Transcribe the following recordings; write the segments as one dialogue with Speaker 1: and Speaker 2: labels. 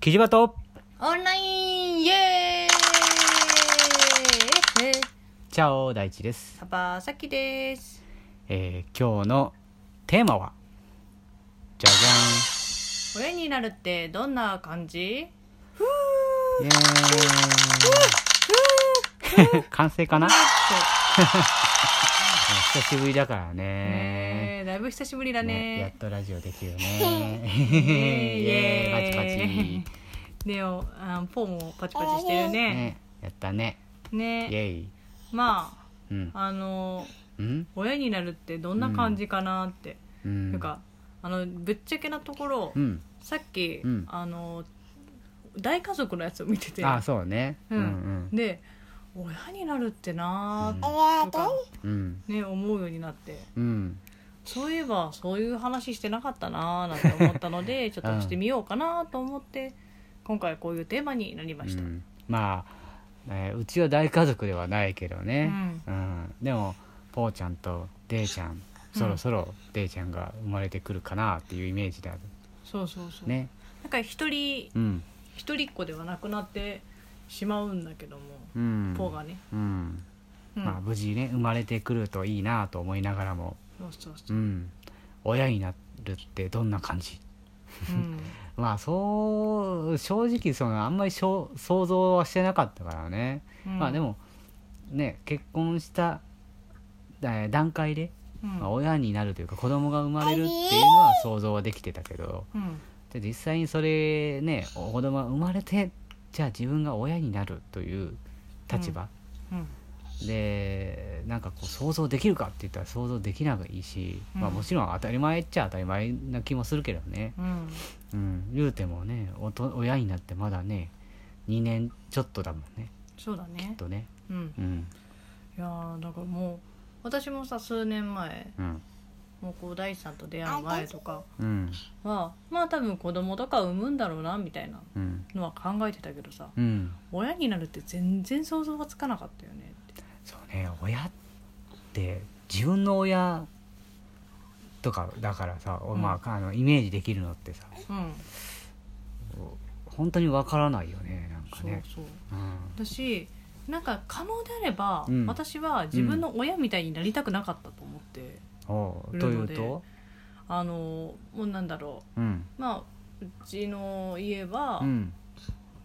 Speaker 1: キジバト
Speaker 2: オンラインイエーイ
Speaker 1: チャオ大地です、
Speaker 2: パパさきです
Speaker 1: えー、今日のテーマはじゃじ
Speaker 2: 親になるってどんな感じ
Speaker 1: ゃんイエーイ完成かな久しぶりだからね
Speaker 2: ねえだいぶ久しぶりだ
Speaker 1: ねやっ
Speaker 2: ね
Speaker 1: とラジオできるね イ
Speaker 2: イ
Speaker 1: エーイ
Speaker 2: エ
Speaker 1: パチパ
Speaker 2: ーイ
Speaker 1: チ
Speaker 2: ねおあポーもパチパチしてるね
Speaker 1: ねやったねイ
Speaker 2: ね
Speaker 1: エイ
Speaker 2: ま
Speaker 1: うん
Speaker 2: ああの
Speaker 1: うん
Speaker 2: 親になるってどんな感じかなって、
Speaker 1: うん
Speaker 2: なんかあのぶっちゃけなところ、
Speaker 1: うん
Speaker 2: さっき、
Speaker 1: うん
Speaker 2: あの大家族のやつを見てて
Speaker 1: あそうねう
Speaker 2: うんん
Speaker 1: うん
Speaker 2: で親になるってなーとか、
Speaker 1: うん
Speaker 2: ね、思うようになって
Speaker 1: うん
Speaker 2: そういえばそういう話してなかったなーなんて思ったの でちょっとしてみようかなと思って今回こういうテーマになりました、
Speaker 1: うん、まあ、えーうちは大家族ではないけどね、うんでもぽーちゃんとデイちゃん
Speaker 2: うん
Speaker 1: そろそろデイちゃんが生まれてくるかなっていうイメージである
Speaker 2: そうそうそう、
Speaker 1: ね
Speaker 2: なんか一人
Speaker 1: うん
Speaker 2: 一人っ子ではなくなってしまうんだけども、
Speaker 1: うん
Speaker 2: ポーがね、
Speaker 1: うん
Speaker 2: うん
Speaker 1: まあ、無事ね生まれてくるといいなと思いながらも、
Speaker 2: そうそうそうう、
Speaker 1: ん、親になるってどんな感じ
Speaker 2: うん
Speaker 1: まあそう正直そのあんまりしょ想像はしてなかったからね、
Speaker 2: うん
Speaker 1: まあで、もね結婚したえー段階で
Speaker 2: うん
Speaker 1: まあ、親になるというか子供が生まれるっていうのは想像はできてたけど
Speaker 2: うん
Speaker 1: で実際にそれねお子供が生まれてじゃあ自分が親になるという立場、
Speaker 2: うん
Speaker 1: でなんかこう想像できるかって言ったら想像できないし、まあ、
Speaker 2: うん
Speaker 1: もちろん当たり前っちゃ当たり前な気もするけどね、
Speaker 2: うん
Speaker 1: うん、言うてもねおと親になってまだね2年ちょっとだもんね
Speaker 2: そうだね
Speaker 1: とね
Speaker 2: うん
Speaker 1: うん
Speaker 2: いやーだからもう私もさ数年前
Speaker 1: うん
Speaker 2: もうこう大地さんと出会う前とか
Speaker 1: うん
Speaker 2: はまあ多分子供とか産むんだろうなみたいな
Speaker 1: うん
Speaker 2: のは考えてたけどさ
Speaker 1: うん
Speaker 2: 親になるって全然想像がつかなかったよねって
Speaker 1: そうね親って自分の親とかだからさ、お
Speaker 2: うん
Speaker 1: まあ、あのイメージできるのってさ
Speaker 2: うん
Speaker 1: 本当にわからないよねなんか
Speaker 2: そう
Speaker 1: ね
Speaker 2: そう
Speaker 1: うん
Speaker 2: 私なんか可能であれば、
Speaker 1: うん
Speaker 2: 私は自分の親みたいになりたくなかったと思って、
Speaker 1: おう
Speaker 2: な
Speaker 1: とい
Speaker 2: の
Speaker 1: う
Speaker 2: で
Speaker 1: と、
Speaker 2: あのもうなんだろ
Speaker 1: うん
Speaker 2: うまあうちの家は、
Speaker 1: うん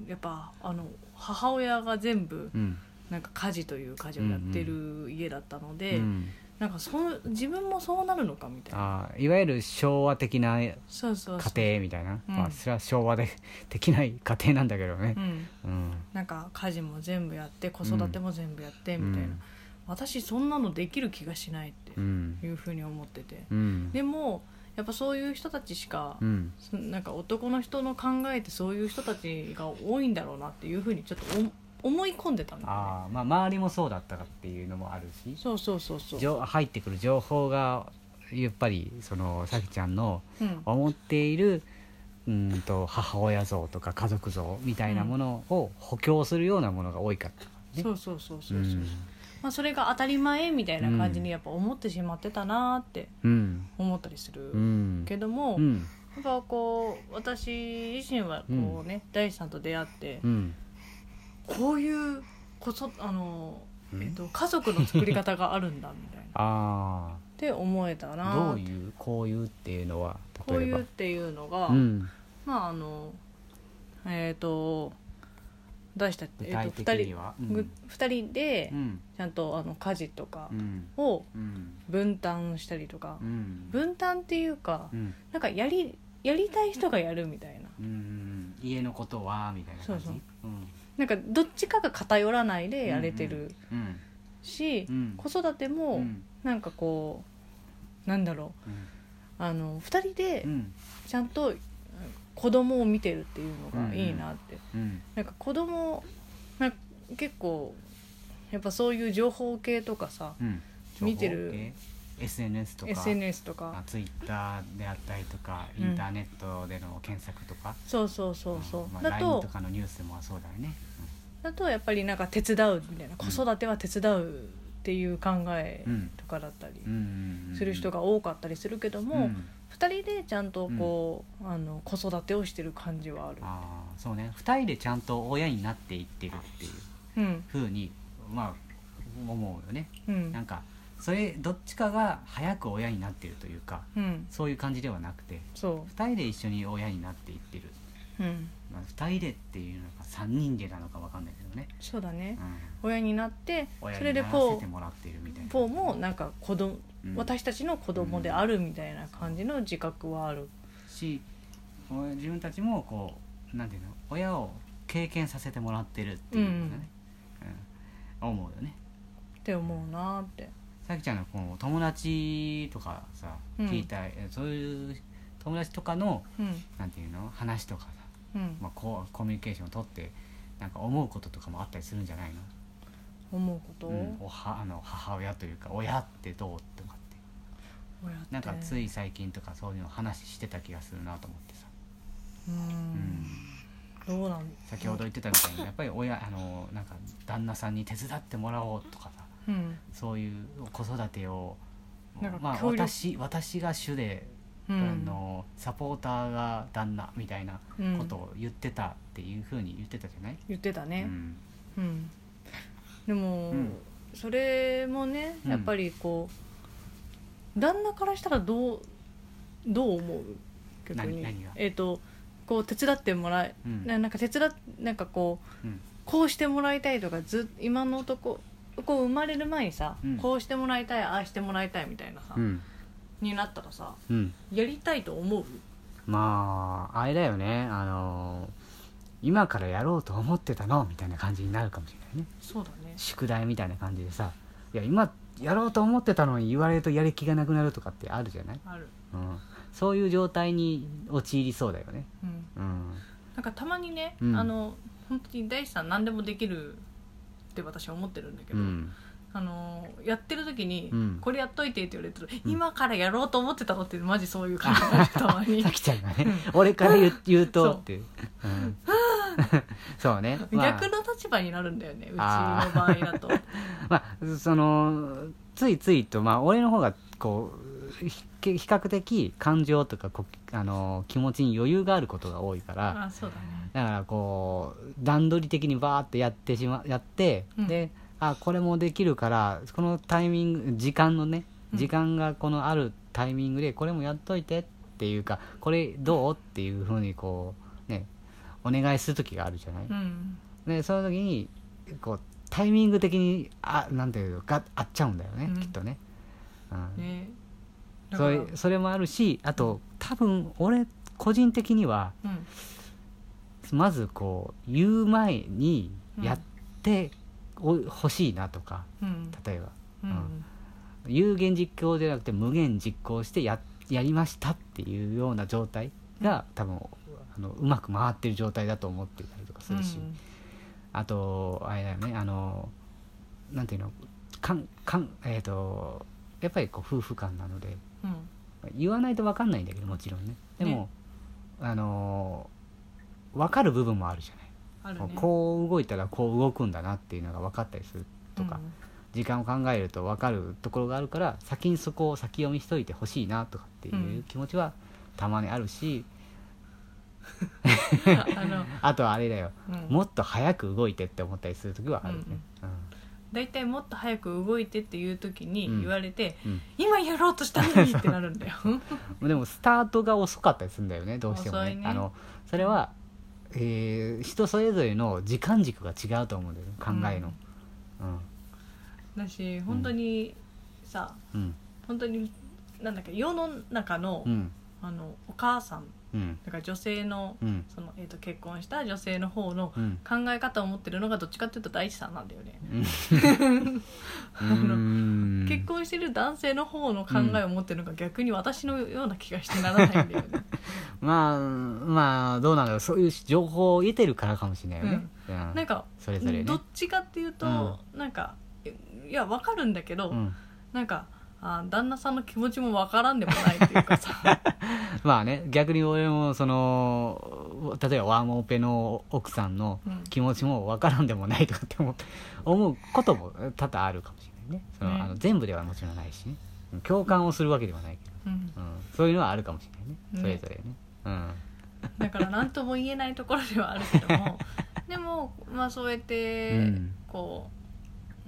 Speaker 2: やっぱあの母親が全部
Speaker 1: うん
Speaker 2: なんか家事という家事をやってる家だったので、
Speaker 1: うん
Speaker 2: なんかそう自分もそうなるのかみたい
Speaker 1: あ
Speaker 2: な
Speaker 1: ーいわゆる昭和的な家
Speaker 2: そうそうそう
Speaker 1: 庭みたいな
Speaker 2: うん
Speaker 1: まあ、それは昭和で できない家庭なんだけどね
Speaker 2: う、ん、
Speaker 1: うん
Speaker 2: なんか家事も全部やって子育ても全部やってみたいな、私そんなのできる気がしないっ
Speaker 1: う
Speaker 2: て
Speaker 1: ん
Speaker 2: いうふうに思ってて、
Speaker 1: うん
Speaker 2: でもやっぱそういう人たちしか
Speaker 1: う、ん
Speaker 2: そなんか男の人の考えってそういう人たちが多いんだろうなっていうふうにちょっとお思い込んでたんだよね
Speaker 1: ああまあ周りもそうだったかっていうのもあるし
Speaker 2: そうそうそうそう
Speaker 1: じょ入ってくる情報がやっぱりそのさきちゃんの
Speaker 2: うん
Speaker 1: 思っているうんと母親像とか家族像みたいなものを補強するようなものが多いかったね
Speaker 2: そうそうそうそううそう、
Speaker 1: ん
Speaker 2: まあ、それが当たり前みたいな感じにやっぱ思ってしまってたなーって
Speaker 1: うん
Speaker 2: 思ったりする
Speaker 1: うん
Speaker 2: けども、
Speaker 1: う
Speaker 2: や
Speaker 1: ん
Speaker 2: っぱこう私自身はこうね、大地さんと出会って、
Speaker 1: うん
Speaker 2: こういうこそあの、
Speaker 1: うん
Speaker 2: えっと、家族の作り方があるんだみたい な
Speaker 1: あ
Speaker 2: って思えた
Speaker 1: あ
Speaker 2: な
Speaker 1: どういうこういうっていうのは
Speaker 2: こう
Speaker 1: 例え
Speaker 2: い
Speaker 1: ば
Speaker 2: うっていうのが、
Speaker 1: うん
Speaker 2: まああのえっ、と大地たち、
Speaker 1: 具
Speaker 2: えっ
Speaker 1: 体
Speaker 2: と
Speaker 1: 的
Speaker 2: 2
Speaker 1: に
Speaker 2: 人
Speaker 1: は
Speaker 2: ぐ二人で
Speaker 1: うん
Speaker 2: ちゃんとあの家事とか
Speaker 1: うん
Speaker 2: を
Speaker 1: うん
Speaker 2: 分担したりとか
Speaker 1: う、ん
Speaker 2: 分担っていうか、
Speaker 1: うん
Speaker 2: なんかやりやりたい人がやるみたいな
Speaker 1: うん家のことはみたいな感じ
Speaker 2: そうそう
Speaker 1: うん
Speaker 2: なんかどっちかが偏らないでやれてる
Speaker 1: うん
Speaker 2: し、
Speaker 1: うん
Speaker 2: 子育て
Speaker 1: う
Speaker 2: も
Speaker 1: ん
Speaker 2: なんかこうなんだろ
Speaker 1: うん
Speaker 2: うあの2人で
Speaker 1: うん
Speaker 2: ちゃんと子供を見てるっていうのがいいなって、
Speaker 1: うん
Speaker 2: なんか子供なんか結構やっぱそういう情報系とかさ
Speaker 1: うん
Speaker 2: 見てる
Speaker 1: SNS とか
Speaker 2: SNS とか
Speaker 1: ツイッターであったりとかイ
Speaker 2: うん
Speaker 1: ンターネットでの検索とか、
Speaker 2: そうそうそうそう、
Speaker 1: まあ、
Speaker 2: だ
Speaker 1: LINE
Speaker 2: と
Speaker 1: とかのニュースもそうだよね、
Speaker 2: だとやっぱりなんか手伝うみたいな子育ては手伝うっていう考え
Speaker 1: うん
Speaker 2: とかだったり
Speaker 1: うんうんうんうん、
Speaker 2: する人が多かったりするけども、
Speaker 1: うん
Speaker 2: 2人でちゃんとこう、あの子育てをしてる感じはある
Speaker 1: ああそうね2人でちゃんと親になっていってるっていう
Speaker 2: うん
Speaker 1: ふうにまあ思うよね
Speaker 2: う
Speaker 1: なん
Speaker 2: ん
Speaker 1: かそれどっちかが早く親になってるというか
Speaker 2: うん
Speaker 1: そういう感じではなくて
Speaker 2: そ
Speaker 1: 2人で一緒に親になっていってる、
Speaker 2: ううん
Speaker 1: まあ、2人でっていうのか3人でなのか分かんないけどね、
Speaker 2: そうだね
Speaker 1: う
Speaker 2: 親になって
Speaker 1: ん、親
Speaker 2: それ
Speaker 1: に
Speaker 2: で
Speaker 1: ならせ
Speaker 2: ポ
Speaker 1: て
Speaker 2: ー
Speaker 1: もらってるみたいな
Speaker 2: ポーもなんか子供、
Speaker 1: うん
Speaker 2: 私たちの子供であるみたいな感じの自覚はある
Speaker 1: しこう自分たちもこうなんていうの親を経験させてもらってるっていうのがね、うん思うよね
Speaker 2: って思うなーって
Speaker 1: さきちゃんのこの友達とかさ
Speaker 2: うん
Speaker 1: 聞いた、えそういう友達とかの
Speaker 2: うん
Speaker 1: なんていうの話とかさ、
Speaker 2: うん
Speaker 1: まあ、こうコミュニケーションを取ってなんか思うこととかもあったりするんじゃないの
Speaker 2: 思うこと、
Speaker 1: うん、おはあの母親というか親ってどうとかって
Speaker 2: 親って
Speaker 1: なんかつい最近とかそういうの話してた気がするなと思ってさ、
Speaker 2: うー
Speaker 1: う
Speaker 2: ん
Speaker 1: ん、
Speaker 2: どうなん
Speaker 1: 先ほど言ってたみたいにやっぱり親あのなんか旦那さんに手伝ってもらおうとかさ
Speaker 2: うん
Speaker 1: そういう子育てを
Speaker 2: なんか
Speaker 1: まあ
Speaker 2: 協力
Speaker 1: 私私が主で、あ
Speaker 2: うん
Speaker 1: のサポーターが旦那みたいな
Speaker 2: うん
Speaker 1: ことを言ってたっていうふうに言ってたじゃない、
Speaker 2: 言ってた
Speaker 1: う
Speaker 2: ね、
Speaker 1: ん
Speaker 2: うん、でも、
Speaker 1: うん
Speaker 2: それもね
Speaker 1: うん
Speaker 2: やっぱりこう、旦那からしたらどうどう思う逆
Speaker 1: 何
Speaker 2: に
Speaker 1: 何が
Speaker 2: えっ、とこう手伝ってもらい、
Speaker 1: うん
Speaker 2: ななんか手伝っなんかこう
Speaker 1: うん
Speaker 2: こうしてもらいたいとかずっ今の男こう生まれる前にさ、
Speaker 1: うん
Speaker 2: こうしてもらいたいああしてもらいたいみたいなさ、
Speaker 1: うん
Speaker 2: になったらさ
Speaker 1: うん
Speaker 2: やりたいと思う
Speaker 1: まああれだよねあの今からやろうと思ってたのみたいな感じになるかもしれないね
Speaker 2: そうだね
Speaker 1: 宿題みたいな感じでさいや今やろうと思ってたのに言われるとやる気がなくなるとかってあるじゃない、
Speaker 2: ある、
Speaker 1: うん、そういう状態に陥りそうだよね
Speaker 2: うん、
Speaker 1: うん
Speaker 2: なんかたまにね、
Speaker 1: うん
Speaker 2: あの本当に大地さん何でもできるって私は思ってるんだけ
Speaker 1: う
Speaker 2: ど、
Speaker 1: ん
Speaker 2: あのやってる時に、
Speaker 1: うん
Speaker 2: これやっといて」って言われてると、
Speaker 1: うん
Speaker 2: 今からやろうと思ってたの」ってマジそういう感じだったたまに
Speaker 1: さきちゃんがね俺から言う言うと
Speaker 2: そう
Speaker 1: っていう、うん、そうね、 まあ
Speaker 2: 逆、の立場になるんだよねうちの
Speaker 1: あー
Speaker 2: 場合だと
Speaker 1: まあそのついついとまあ俺の方がこうひ比較的感情とかこあの気持ちに余裕があることが多いから
Speaker 2: あそうだね
Speaker 1: だからこう段取り的にバーってやってしまやって、
Speaker 2: うん
Speaker 1: であこれもできるからこのタイミング時間のね
Speaker 2: うん
Speaker 1: 時間がこのあるタイミングでこれもやっといてっていうかこれどうっていうふうにこうねお願いする時があるじゃない、
Speaker 2: うん
Speaker 1: でその時にこうタイミング的にあなんていうのが合っちゃうんだよね、
Speaker 2: うん
Speaker 1: きっとね,、うん、
Speaker 2: ねだか
Speaker 1: そ
Speaker 2: ら
Speaker 1: れそれもあるしあと多分俺個人的には
Speaker 2: うん
Speaker 1: まずこう言う前にやってお欲しいなとか
Speaker 2: うん
Speaker 1: 例えば
Speaker 2: うん
Speaker 1: 有言実行じゃなくて無言実行してややりましたっていうような状態が多分あのうまく回ってる状態だと思ってたりとかするし、
Speaker 2: うん
Speaker 1: あとあれだよねあのなんていうのかんかんえっ、とやっぱりこう夫婦間なので
Speaker 2: うん
Speaker 1: 言わないと分かんないんだけどもちろんねでも、
Speaker 2: ね
Speaker 1: あの分かる部分もあるじゃない。
Speaker 2: あるね
Speaker 1: こう動いたらこう動くんだなっていうのが分かったりするとか、
Speaker 2: うん
Speaker 1: 時間を考えると分かるところがあるから先にそこを先読みしといてほしいなとかっていううん気持ちはたまにあるし、
Speaker 2: あの
Speaker 1: あとはあれだよ、
Speaker 2: うん
Speaker 1: もっと早く動いてって思ったりする時はあるね。
Speaker 2: 大体もっと早く動いてっていう時に言われて、
Speaker 1: うん
Speaker 2: 今やろうとしたのにってなる んだよ
Speaker 1: うんでもスタートが遅かったりするんだよねどうしても
Speaker 2: 遅
Speaker 1: ね
Speaker 2: いね
Speaker 1: あのそれは、えー人それぞれの時間軸が違うと思うんだよね考えの。うん
Speaker 2: だし本当にさ
Speaker 1: うん
Speaker 2: 本当になんだっけ世の中の,、
Speaker 1: うん
Speaker 2: あのお母さん
Speaker 1: うん
Speaker 2: だから女性の
Speaker 1: うん
Speaker 2: その、えー、と結婚した女性の方の
Speaker 1: うん
Speaker 2: 考え方を持ってるのがどっちかっていうと大地さんなんだよね、
Speaker 1: う
Speaker 2: の
Speaker 1: ん
Speaker 2: 結婚してる男性の方の考えを持ってるのが逆に私のような気がしてならないんだよね
Speaker 1: まあまあどうなんだろうそういう情報を得てるからかもしれないよね、うん
Speaker 2: なんか
Speaker 1: それぞれね
Speaker 2: どっちかっていうと、
Speaker 1: う
Speaker 2: なんかいやわかるんだけど、
Speaker 1: うん、
Speaker 2: なんかあー旦那さんの気持ちもわからんでもないっていう かさ
Speaker 1: まあね逆に俺もその例えばワンオペの奥さんの
Speaker 2: うん
Speaker 1: 気持ちもわからんでもないとかって思う思うことも多々あるかもしれないねその、
Speaker 2: ね
Speaker 1: あの全部ではもちろんないしね、共感をするわけではないけど、
Speaker 2: うん
Speaker 1: うん、そういうのはあるかもしれないね
Speaker 2: ね
Speaker 1: それぞれねうん
Speaker 2: だから何とも言えないところではあるけど もでもまあそうやって
Speaker 1: うん
Speaker 2: こ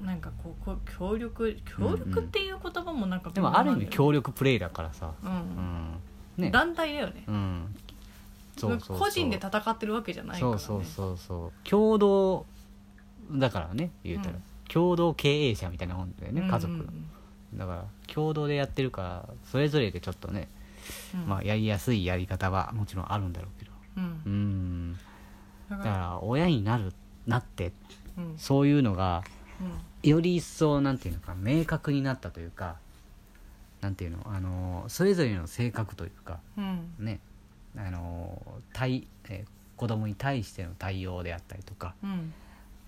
Speaker 2: う、なんかこうこう協力協力っていう言葉もなんか
Speaker 1: でもある意味
Speaker 2: 力、
Speaker 1: 協力プレイだからさ、
Speaker 2: う
Speaker 1: うんん、ね
Speaker 2: 団体だよね
Speaker 1: うんそうそうそう
Speaker 2: 個人で戦ってるわけじゃないから、
Speaker 1: そう
Speaker 2: ね、
Speaker 1: そうそうそう共同だからね言うたら、
Speaker 2: うん
Speaker 1: 共同経営者みたいなもんだよね
Speaker 2: うん
Speaker 1: 家族、
Speaker 2: うん
Speaker 1: だから共同でやってるからそれぞれでちょっとね、
Speaker 2: うん
Speaker 1: まあ、やりやすいやり方はもちろんあるんだろうけど
Speaker 2: うん
Speaker 1: うんだ
Speaker 2: だか
Speaker 1: からら親になるなって
Speaker 2: うんうん
Speaker 1: そういうのがより一層なんていうのか明確になったというかなんていうのあのそれぞれの性格というか
Speaker 2: うん
Speaker 1: ねあの対、えー子供に対しての対応であったりとか、
Speaker 2: うん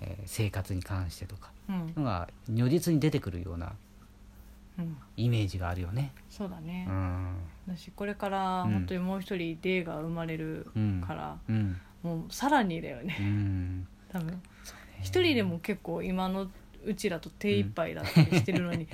Speaker 1: えー生活に関してとか
Speaker 2: うん
Speaker 1: のが如実に出てくるような
Speaker 2: うん
Speaker 1: イメージがあるよね。
Speaker 2: そうだね
Speaker 1: う、ん
Speaker 2: 私これから
Speaker 1: うん
Speaker 2: 本当にもう一人デーが生まれる
Speaker 1: うん
Speaker 2: から、
Speaker 1: うん
Speaker 2: もうさらにだよ
Speaker 1: う
Speaker 2: ね
Speaker 1: ん
Speaker 2: 多分一人でも結構今のうちだと手一杯だったりしてるのに、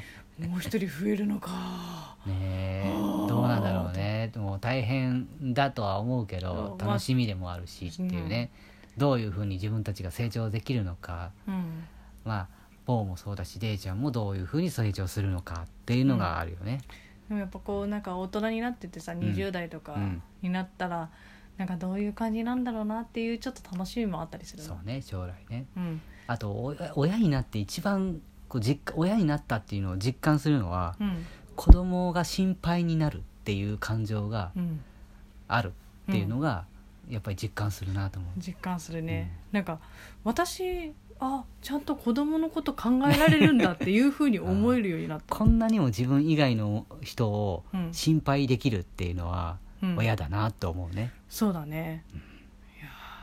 Speaker 2: もう一人増えるのか
Speaker 1: ねえどうなんだろうねもう大変だとは思うけど
Speaker 2: そう
Speaker 1: 楽しみでもあるしっていうね、どういうふうに自分たちが成長できるのか
Speaker 2: うん
Speaker 1: まあポーもそうだしデイちゃんもどういうふうに成長するのかっていうのがあるよね。
Speaker 2: でもやっぱこうなんか大人になっててさ
Speaker 1: ん
Speaker 2: 20代とか
Speaker 1: うん
Speaker 2: になったら、なんかどういう感じなんだろうなっていうちょっと楽しみもあったりする
Speaker 1: そ
Speaker 2: の
Speaker 1: うね将来ね
Speaker 2: うん
Speaker 1: あとお親になって一番こう実感親になったっていうのを実感するのは
Speaker 2: うん
Speaker 1: 子供が心配になるっていう感情が
Speaker 2: うん
Speaker 1: あるっていうのが、やっぱり実感するなと思う。
Speaker 2: 実感するね、なんか私あちゃんと子供のこと考えられるんだっていうふうに思えるようになった、
Speaker 1: こんなにも自分以外の人を
Speaker 2: うん
Speaker 1: 心配できるっていうのは
Speaker 2: うん
Speaker 1: 親だなと思うね。
Speaker 2: そうだね、